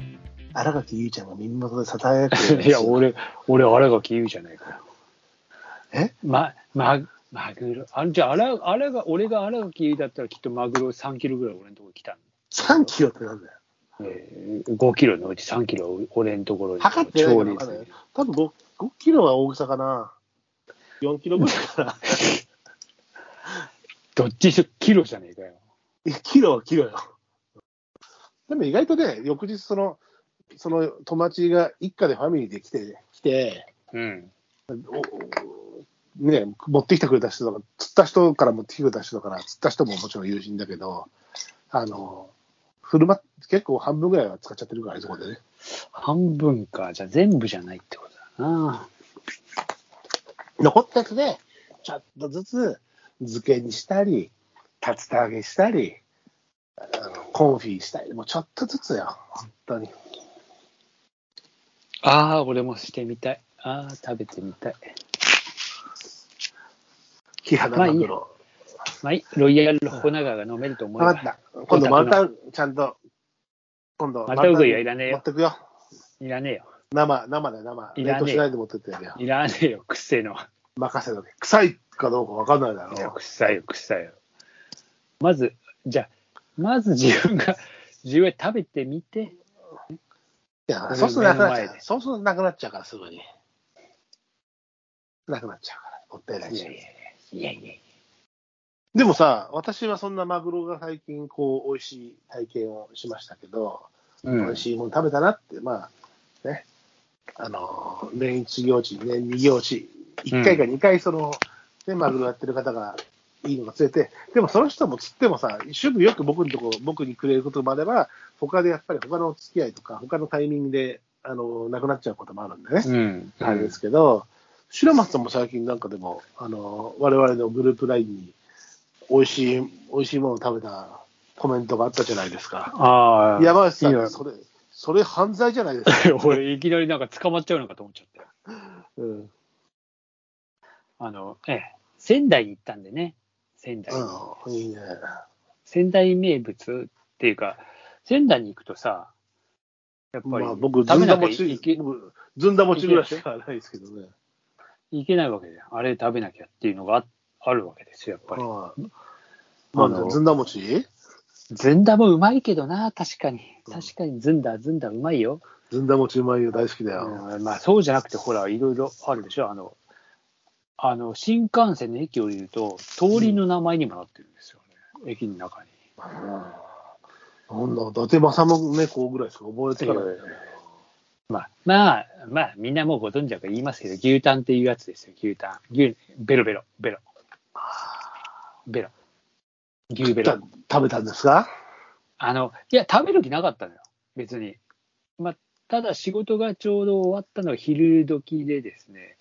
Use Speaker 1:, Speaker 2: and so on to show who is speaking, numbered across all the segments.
Speaker 1: 新垣結衣ちゃんが耳元でささやくつ
Speaker 2: いや、俺、俺、新垣言うじゃないか
Speaker 1: え
Speaker 2: よ。ま、ま、マグロ。あじゃあ、あら、あらが、俺が新垣結衣だったら、きっとマグロ3キロぐらい俺のところに来た
Speaker 1: 3キロってなんだよ。
Speaker 2: の。えー、5キロのうち3キロ俺のところに。
Speaker 1: 測ってないから分かん
Speaker 2: 調
Speaker 1: ない
Speaker 2: 理。
Speaker 1: 多分 5, 5キロは大きさかな。4キロ ぐらいかな。
Speaker 2: どっちにしろキロじゃねえかよ。
Speaker 1: いやキロはキロよ。でも意外とね、翌日その、その友達が一家でファミリーで来て、来て、
Speaker 2: うん。
Speaker 1: おおね、持ってきてくれた人とか、釣った人から持ってきてくれた人とから、釣った人ももちろん友人だけど、あの、振る舞って結構半分ぐらいは使っちゃってるから、ああいうとこでね。
Speaker 2: 半分か。じゃあ、全部じゃないってことだな。
Speaker 1: 残ったやつで、ちょっとずつ漬けにしたり、竜田揚げしたり、あのコンフィしたり、もうちょっとずつよ、本当に。
Speaker 2: ああ、俺もしてみたい。ああ、食べてみたい。
Speaker 1: キハダマグロ。
Speaker 2: まあいい、ロイヤルホナガーが飲めると思えば
Speaker 1: わかった。今度、マルタン、ちゃんと、今度、
Speaker 2: マルタンウグイはいらねえよ
Speaker 1: 持ってくよ。
Speaker 2: いらねえよ。
Speaker 1: 生、生で生。
Speaker 2: いら
Speaker 1: 冷
Speaker 2: ねえ
Speaker 1: 凍しないで持ってってやるよ。
Speaker 2: いらねえよ。くせえのは。
Speaker 1: 任せとけ。臭いかどうかわかんないだ
Speaker 2: いや、
Speaker 1: ろう。
Speaker 2: 臭いよ、臭いよ。まず、じゃあまず自分が、自分が食べてみて、
Speaker 1: いや、そうするとなくなっち
Speaker 2: 目の
Speaker 1: ゃ
Speaker 2: 前
Speaker 1: う。そうするとなくなっちゃうから、すぐに。なくなっちゃうから、もったいない
Speaker 2: いや
Speaker 1: し。
Speaker 2: いやいやいやいや
Speaker 1: でもさ、私はそんなマグロが最近、こう、美味しい体験をしましたけど、美味しいもの食べたなって、まあ、ね、あの、年一行事、年二行事、1回か2回、その、ね、マグロやってる方が、いいのが釣れて、でもその人も釣ってもさ、主婦よく僕のとこ、僕にくれることもあれば、他でやっぱり他のお付き合いとか、他のタイミングで、あの、なくなっちゃうこともあるんでね。
Speaker 2: うん。
Speaker 1: あれですけど、白松さんも最近なんかでも、あの、我々のグループラインに、美味しい、美味しいものを食べたコメントがあったじゃないですか。
Speaker 2: ああ。
Speaker 1: 山内さ
Speaker 2: いいよ
Speaker 1: ん、それ、それ犯罪じゃないですか。
Speaker 2: 俺、いきなりなんか捕まっちゃうのかと思っちゃったよ。
Speaker 1: うん。うん。
Speaker 2: あの、ええ、仙台に行ったんでね。仙台。
Speaker 1: いいね。
Speaker 2: 仙台名物っていうか、仙台に行くとさ、やっぱり、
Speaker 1: まあ僕、ず
Speaker 2: 食べ
Speaker 1: んだ
Speaker 2: なきゃ
Speaker 1: 餅
Speaker 2: いけ、
Speaker 1: 僕ずんだ餅ぐらいしかないですけどね。
Speaker 2: いけないわけじゃん。あれ食べなきゃっていうのがああるわけですよ、やっぱり。
Speaker 1: はい。
Speaker 2: あの
Speaker 1: まあ、ずんだ餅
Speaker 2: ずんだもうまいけどな、確かに。
Speaker 1: うん
Speaker 2: 確かにずんだ、ずんだうまいよ。
Speaker 1: ずんだ餅うまいよ、大好きだよ。
Speaker 2: うんまあそうじゃなくて、ほら、いろいろあるでしょ。あの、あの新幹線の駅を言うと、通りの名前にもなってるんですよね。駅の中に。
Speaker 1: なんだ、伊達政宗猫ぐらいしか覚えてない。
Speaker 2: まあ、まあ、まあ、みんなもうご存知だから言いますけど、牛タンっていうやつですよ、牛タン。牛、ベロベロ、ベロ。ベロ。牛ベロ。
Speaker 1: 食べたんですか
Speaker 2: あの、いや、食べる気なかったのよ、別に。まあ、ただ仕事がちょうど終わったのは昼時でですね、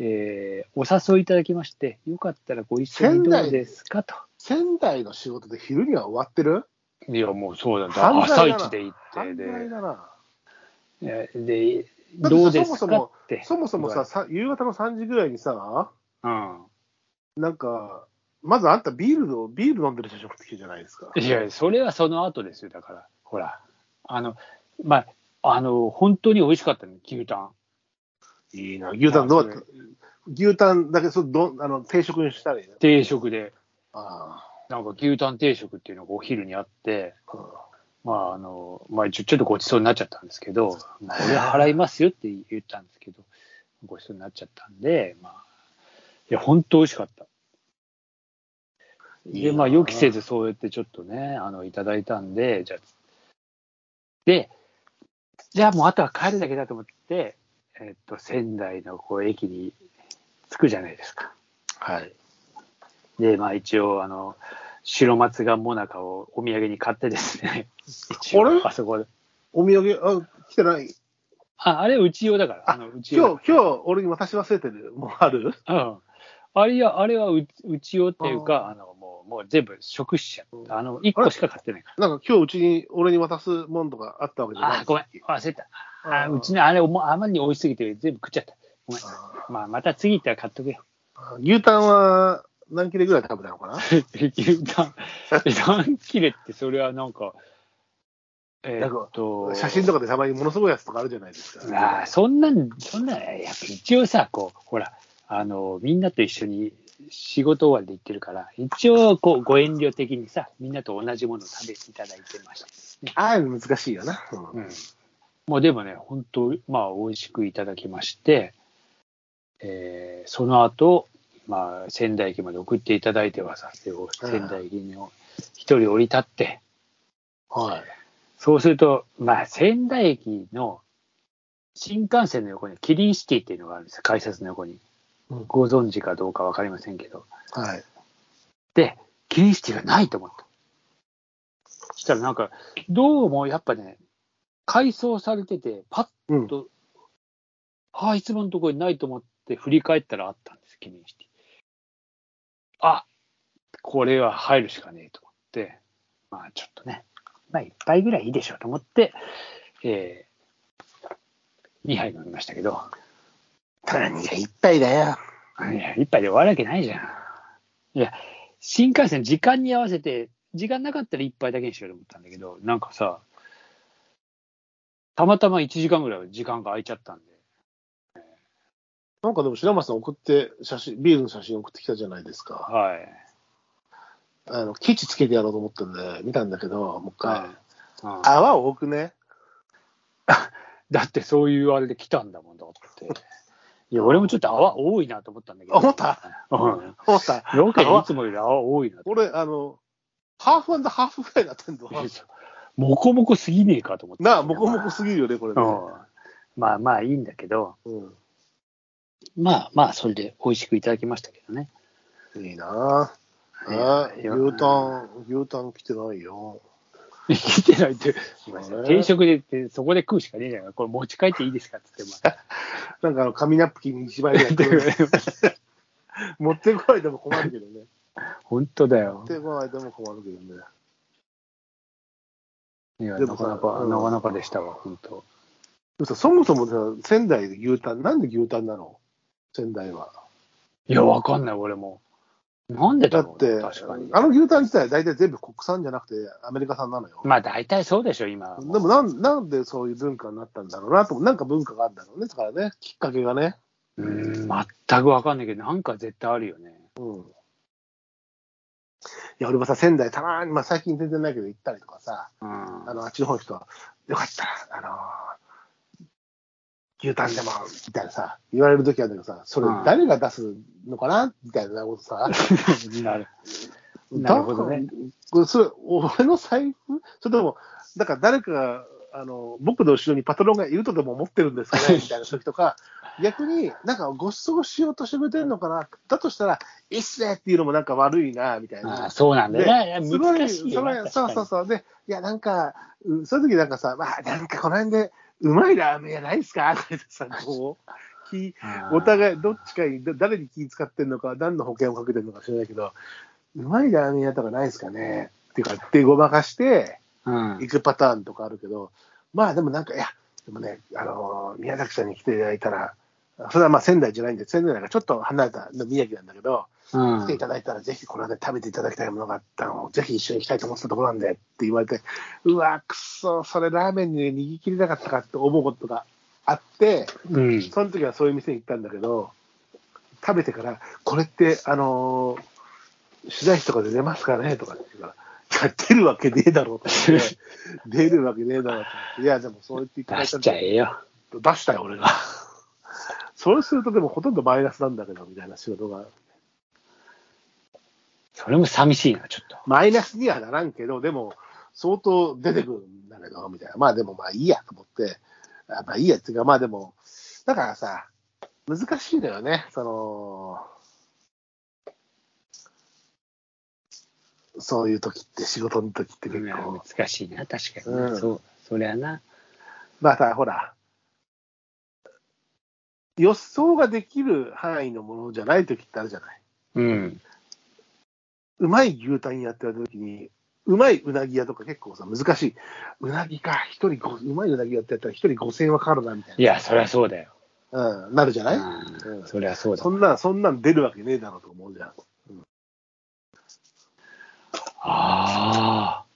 Speaker 2: えーお誘いいただきまして、よかったらご一緒にどうですかと。
Speaker 1: 仙台の仕事で昼には終わってる
Speaker 2: いや、もうそうだ
Speaker 1: 犯罪だ
Speaker 2: 朝
Speaker 1: な
Speaker 2: 一で行って
Speaker 1: 犯罪
Speaker 2: で
Speaker 1: だな。
Speaker 2: えー、で、
Speaker 1: だってさ
Speaker 2: どうです
Speaker 1: そ
Speaker 2: か
Speaker 1: も
Speaker 2: って。
Speaker 1: そもそもさ、さ夕方の3時ぐらいにさ、
Speaker 2: うん。
Speaker 1: なんか、まずあんたビールの、ビール飲んでる写真送ってきてじゃないですか。
Speaker 2: いや、それはその後ですよ、だから、ほら、あの、まあ、あの、本当に美味しかったの、牛タン。
Speaker 1: いいな、牛タンどうやって、牛タンだけそうどんあの定食にしたらいいの
Speaker 2: 定食で、
Speaker 1: あ
Speaker 2: なんか牛タン定食っていうのがお昼にあって、
Speaker 1: あ、うん
Speaker 2: まあ、あの、まあ、ちょちょっとごちそうになっちゃったんですけど、まあこれ払いますよって言ったんですけど、ごちそうになっちゃったんで、まあ、いや、本当美味しかった。
Speaker 1: いいな
Speaker 2: で、まあ、予期せずそうやってちょっとね、あの、いただいたんで、じゃあで、じゃあもうあとは帰るだけだと思って、えっと、仙台のこう駅に着くじゃないですか。
Speaker 1: はい。
Speaker 2: で、まあ、一応、あの、白松がモナカをお土産に買ってですね、 一
Speaker 1: あれ
Speaker 2: 応あそこで。
Speaker 1: お土産、あ、来てない。
Speaker 2: あ、あれ、うち用だから。
Speaker 1: あ
Speaker 2: あの、うち用
Speaker 1: 今。日、今日、俺に渡し忘れてる。もうある
Speaker 2: うん。あれや、あれはううち用っていうか、あの、もう、もう全部食しちゃった。あの、一個しか買ってないから。
Speaker 1: なんか今日、うちに、俺に渡すもんとかあったわけじゃない
Speaker 2: あー、ごめん。忘れた。あー、うち
Speaker 1: の。
Speaker 2: のあれ、もうあまりに美味しすぎて全部食っちゃった。ごめん。
Speaker 1: あ
Speaker 2: まあ、また次行ったら買っとくよ。
Speaker 1: ー牛タンは何切れぐらい食べたのかな
Speaker 2: 牛タン、え何切れって、それはなんか、え
Speaker 1: なん
Speaker 2: ーっ
Speaker 1: か
Speaker 2: と、
Speaker 1: 写真とかでたまにものすごいやつとかあるじゃないですか。
Speaker 2: ああそんなん、そんなん、やっぱ一応さ、こう、ほら、あの、みんなと一緒に仕事終わりで行ってるから、一応、こう、ご遠慮的にさ、みんなと同じものを食べていただいてました。
Speaker 1: ああいうの難しいよな。うん
Speaker 2: うん。もうでもね、本当まあ、美味しくいただきまして、えーその後、まあ、仙台駅まで送っていただいてはさ、で仙台駅に一人降り立って、
Speaker 1: はい。
Speaker 2: そうすると、まあ、仙台駅の新幹線の横にキリンシティっていうのがあるんですよ、改札の横に
Speaker 1: うん。
Speaker 2: ご存知かどうかわかりませんけど。
Speaker 1: はい。
Speaker 2: で、キリンシティがないと思った。そしたらなんか、どうもやっぱね、改装されてて、パッ
Speaker 1: うん。
Speaker 2: と、ああ、いつものところにないと思って振り返ったらあったんです、キリンシティ。あこれは入るしかねえと思って、まあちょっとね、まあ一杯ぐらいいいでしょうと思って、えー、2杯飲みましたけど、
Speaker 1: 何が一杯だよ。
Speaker 2: いや、一杯で終わるわけないじゃん。いや、新幹線時間に合わせて、時間なかったら一杯だけにしようと思ったんだけど、なんかさ、たまたま1時間ぐらい時間が空いちゃったんで、
Speaker 1: なんかでも白松さん送って写真、ビールの写真送ってきたじゃないですか。
Speaker 2: はい。
Speaker 1: あの、基地つけてやろうと思ったんで、見たんだけど、もう一回。
Speaker 2: うん
Speaker 1: 泡多くね。
Speaker 2: だってそういうあれで来たんだもんだって。いや、俺もちょっと泡多いなと思ったんだけど。
Speaker 1: あ思った
Speaker 2: うん。
Speaker 1: 思った。
Speaker 2: ロケいつもより泡多いなと思っ
Speaker 1: 俺、あの、ハーフハーフぐらいになってんの。
Speaker 2: て。もこもこすぎねえかと思って。
Speaker 1: なあ、もこもこすぎるよね、これ
Speaker 2: う
Speaker 1: ね。
Speaker 2: ん。まあまあいいんだけど、
Speaker 1: うん
Speaker 2: まあまあそれで美味しくいただきましたけどね。
Speaker 1: いいなあ。あ
Speaker 2: い
Speaker 1: 牛
Speaker 2: や
Speaker 1: タン、牛タン来てないよ。
Speaker 2: 生きてないって、今さ
Speaker 1: あれ
Speaker 2: 定食でってそこで食うしかねえじゃん。これ持ち帰っていいですかって 言って、ま
Speaker 1: な
Speaker 2: あ
Speaker 1: んかあの、紙ナプキン一枚ぐらい来る持ってこられても困るけどね。
Speaker 2: 本当だ
Speaker 1: 持
Speaker 2: よ
Speaker 1: っ。てこられても困るけどね。
Speaker 2: いや、
Speaker 1: で
Speaker 2: な
Speaker 1: もさ
Speaker 2: かなか、
Speaker 1: うん
Speaker 2: なかなかでしたわ、本当。
Speaker 1: 嘘そもそもさ、仙台で牛タン、なんで牛タンなの仙台は。
Speaker 2: いや、わかんない、俺も。なんで
Speaker 1: だ
Speaker 2: だろ
Speaker 1: っ
Speaker 2: うね、
Speaker 1: て、
Speaker 2: 確かに。
Speaker 1: あの牛タン自体大体全部国産じゃなくてアメリカ産なのよ。
Speaker 2: まあ大体そうでしょ、今。
Speaker 1: でもなんなんでそういう文化になったんだろうなと思う、なんか文化があるんだろうね、だからね、きっかけがね。
Speaker 2: うーん、全くわかんないけど、なんか絶対あるよね。
Speaker 1: うん。いや、俺もさ、仙台たまーに、まあ最近全然ないけど行ったりとかさ、
Speaker 2: うん。
Speaker 1: あの、あっちの方の人は、よかったら、あのー牛タンでも、みたいなさ、言われる時あるんだけどさ、それ
Speaker 2: うん
Speaker 1: 誰が出すのかなみたいなことさ、
Speaker 2: なるなるほどね。
Speaker 1: これ、それ、俺の財布それとも、だから誰かが、あの、僕の後ろにパトロンがいるとでも思ってるんですか ねみたいな時とか、逆になんかご馳走しようとしてくれてるのかなだとしたら、いいっすねっていうのもなんか悪いな、みたい
Speaker 2: あ
Speaker 1: な
Speaker 2: あ。そうなんだよね。いや
Speaker 1: すご
Speaker 2: 難しいよね。
Speaker 1: そのそうそう
Speaker 2: 確か
Speaker 1: そう。で、いや、なんか、うんそういう時なんかさ、まあ、なんかこの辺で、うまいラーメンやないですかとか言ってさ、こう、気
Speaker 2: に
Speaker 1: お互い、どっちかに、だ誰に気使ってるのか、何の保険をかけてるのか知らないけど、うまいラーメン屋とかないですかねっていうか、ってごまかして、
Speaker 2: うん
Speaker 1: 行くパターンとかあるけど、まあでもなんか、いや、でもね、あのー宮崎さんに来ていただいたら、それはまあ仙台じゃないんで、仙台なんかちょっと離れた宮城なんだけど、
Speaker 2: うん
Speaker 1: 来ていただいたら、ぜひこれで食べていただきたいものがあったのを、ぜひ一緒に行きたいと思ってたところなんでって言われて、うわ、くそ、それラーメンに握りきれなかったかって思うことがあって、
Speaker 2: うん。
Speaker 1: その時はそういう店に行ったんだけど、食べてから、これって、あのー取材費とかで出ますかねとかって言うから、いや出るわけねえだろうと思 って、出るわけねえだろうと思って、いや、でもそう言っていただ
Speaker 2: 出
Speaker 1: いた
Speaker 2: し
Speaker 1: ん
Speaker 2: ち
Speaker 1: だ
Speaker 2: ゃえよ。
Speaker 1: 出したよ、俺が。それすると、でもほとんどマイナスなんだけど、みたいな仕事が。
Speaker 2: それも寂しいな、ちょっと。
Speaker 1: マイナスにはならんけど、でも、相当出てくるんだけど、みたいな。まあでもまあいいやと思って、あまあいいやっていうか、まあでも、だからさ、難しいのよね、その、そういう時って、仕事の時って
Speaker 2: う
Speaker 1: 結
Speaker 2: ん
Speaker 1: 構。
Speaker 2: 難しいな、確かに
Speaker 1: う
Speaker 2: な。
Speaker 1: ん
Speaker 2: そう、そりゃな。
Speaker 1: まあさ、ほら、予想ができる範囲のものじゃない時ってあるじゃない。
Speaker 2: うん。
Speaker 1: うまい牛タン屋って言われた時に、うまいうなぎ屋とか結構さ、難しい。うなぎか、一人ご、うまいうなぎ屋ってやったら一人5000円はかかるな、みたい
Speaker 2: いや、そりゃそうだよ。
Speaker 1: な。うん、なるじゃない、
Speaker 2: う
Speaker 1: うんん
Speaker 2: そりゃそうだ
Speaker 1: そ。んな、そんなん出るわけねえだろうと思うじゃん。
Speaker 2: ああ。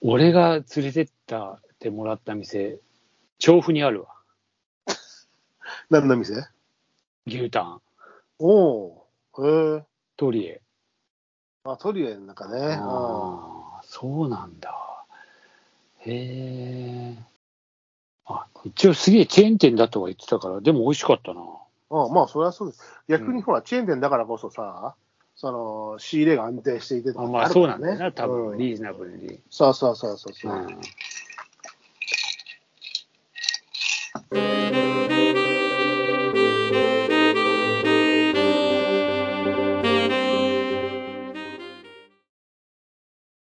Speaker 2: 俺が連れてったってもらった店、調布にあるわ。
Speaker 1: 何の店
Speaker 2: 牛タン、
Speaker 1: おお。へえ。
Speaker 2: トリエ。
Speaker 1: あ、トリエなんかね。あ
Speaker 2: ああ、そうなんだ。へえ。あ、一応すげえチェーン店だとは言ってたから、でも美味しかったな。
Speaker 1: あ、まあ、そりゃそうです。逆
Speaker 2: うん
Speaker 1: にほら、チェーン店だからこそさ、その、仕入れが安定していてと
Speaker 2: あ
Speaker 1: か
Speaker 2: まあ、
Speaker 1: る
Speaker 2: そ
Speaker 1: か
Speaker 2: う
Speaker 1: ら
Speaker 2: なんだよな、多分
Speaker 1: うん
Speaker 2: リーズナブルに。
Speaker 1: そうそうそうそう
Speaker 2: う
Speaker 1: そう。
Speaker 2: ん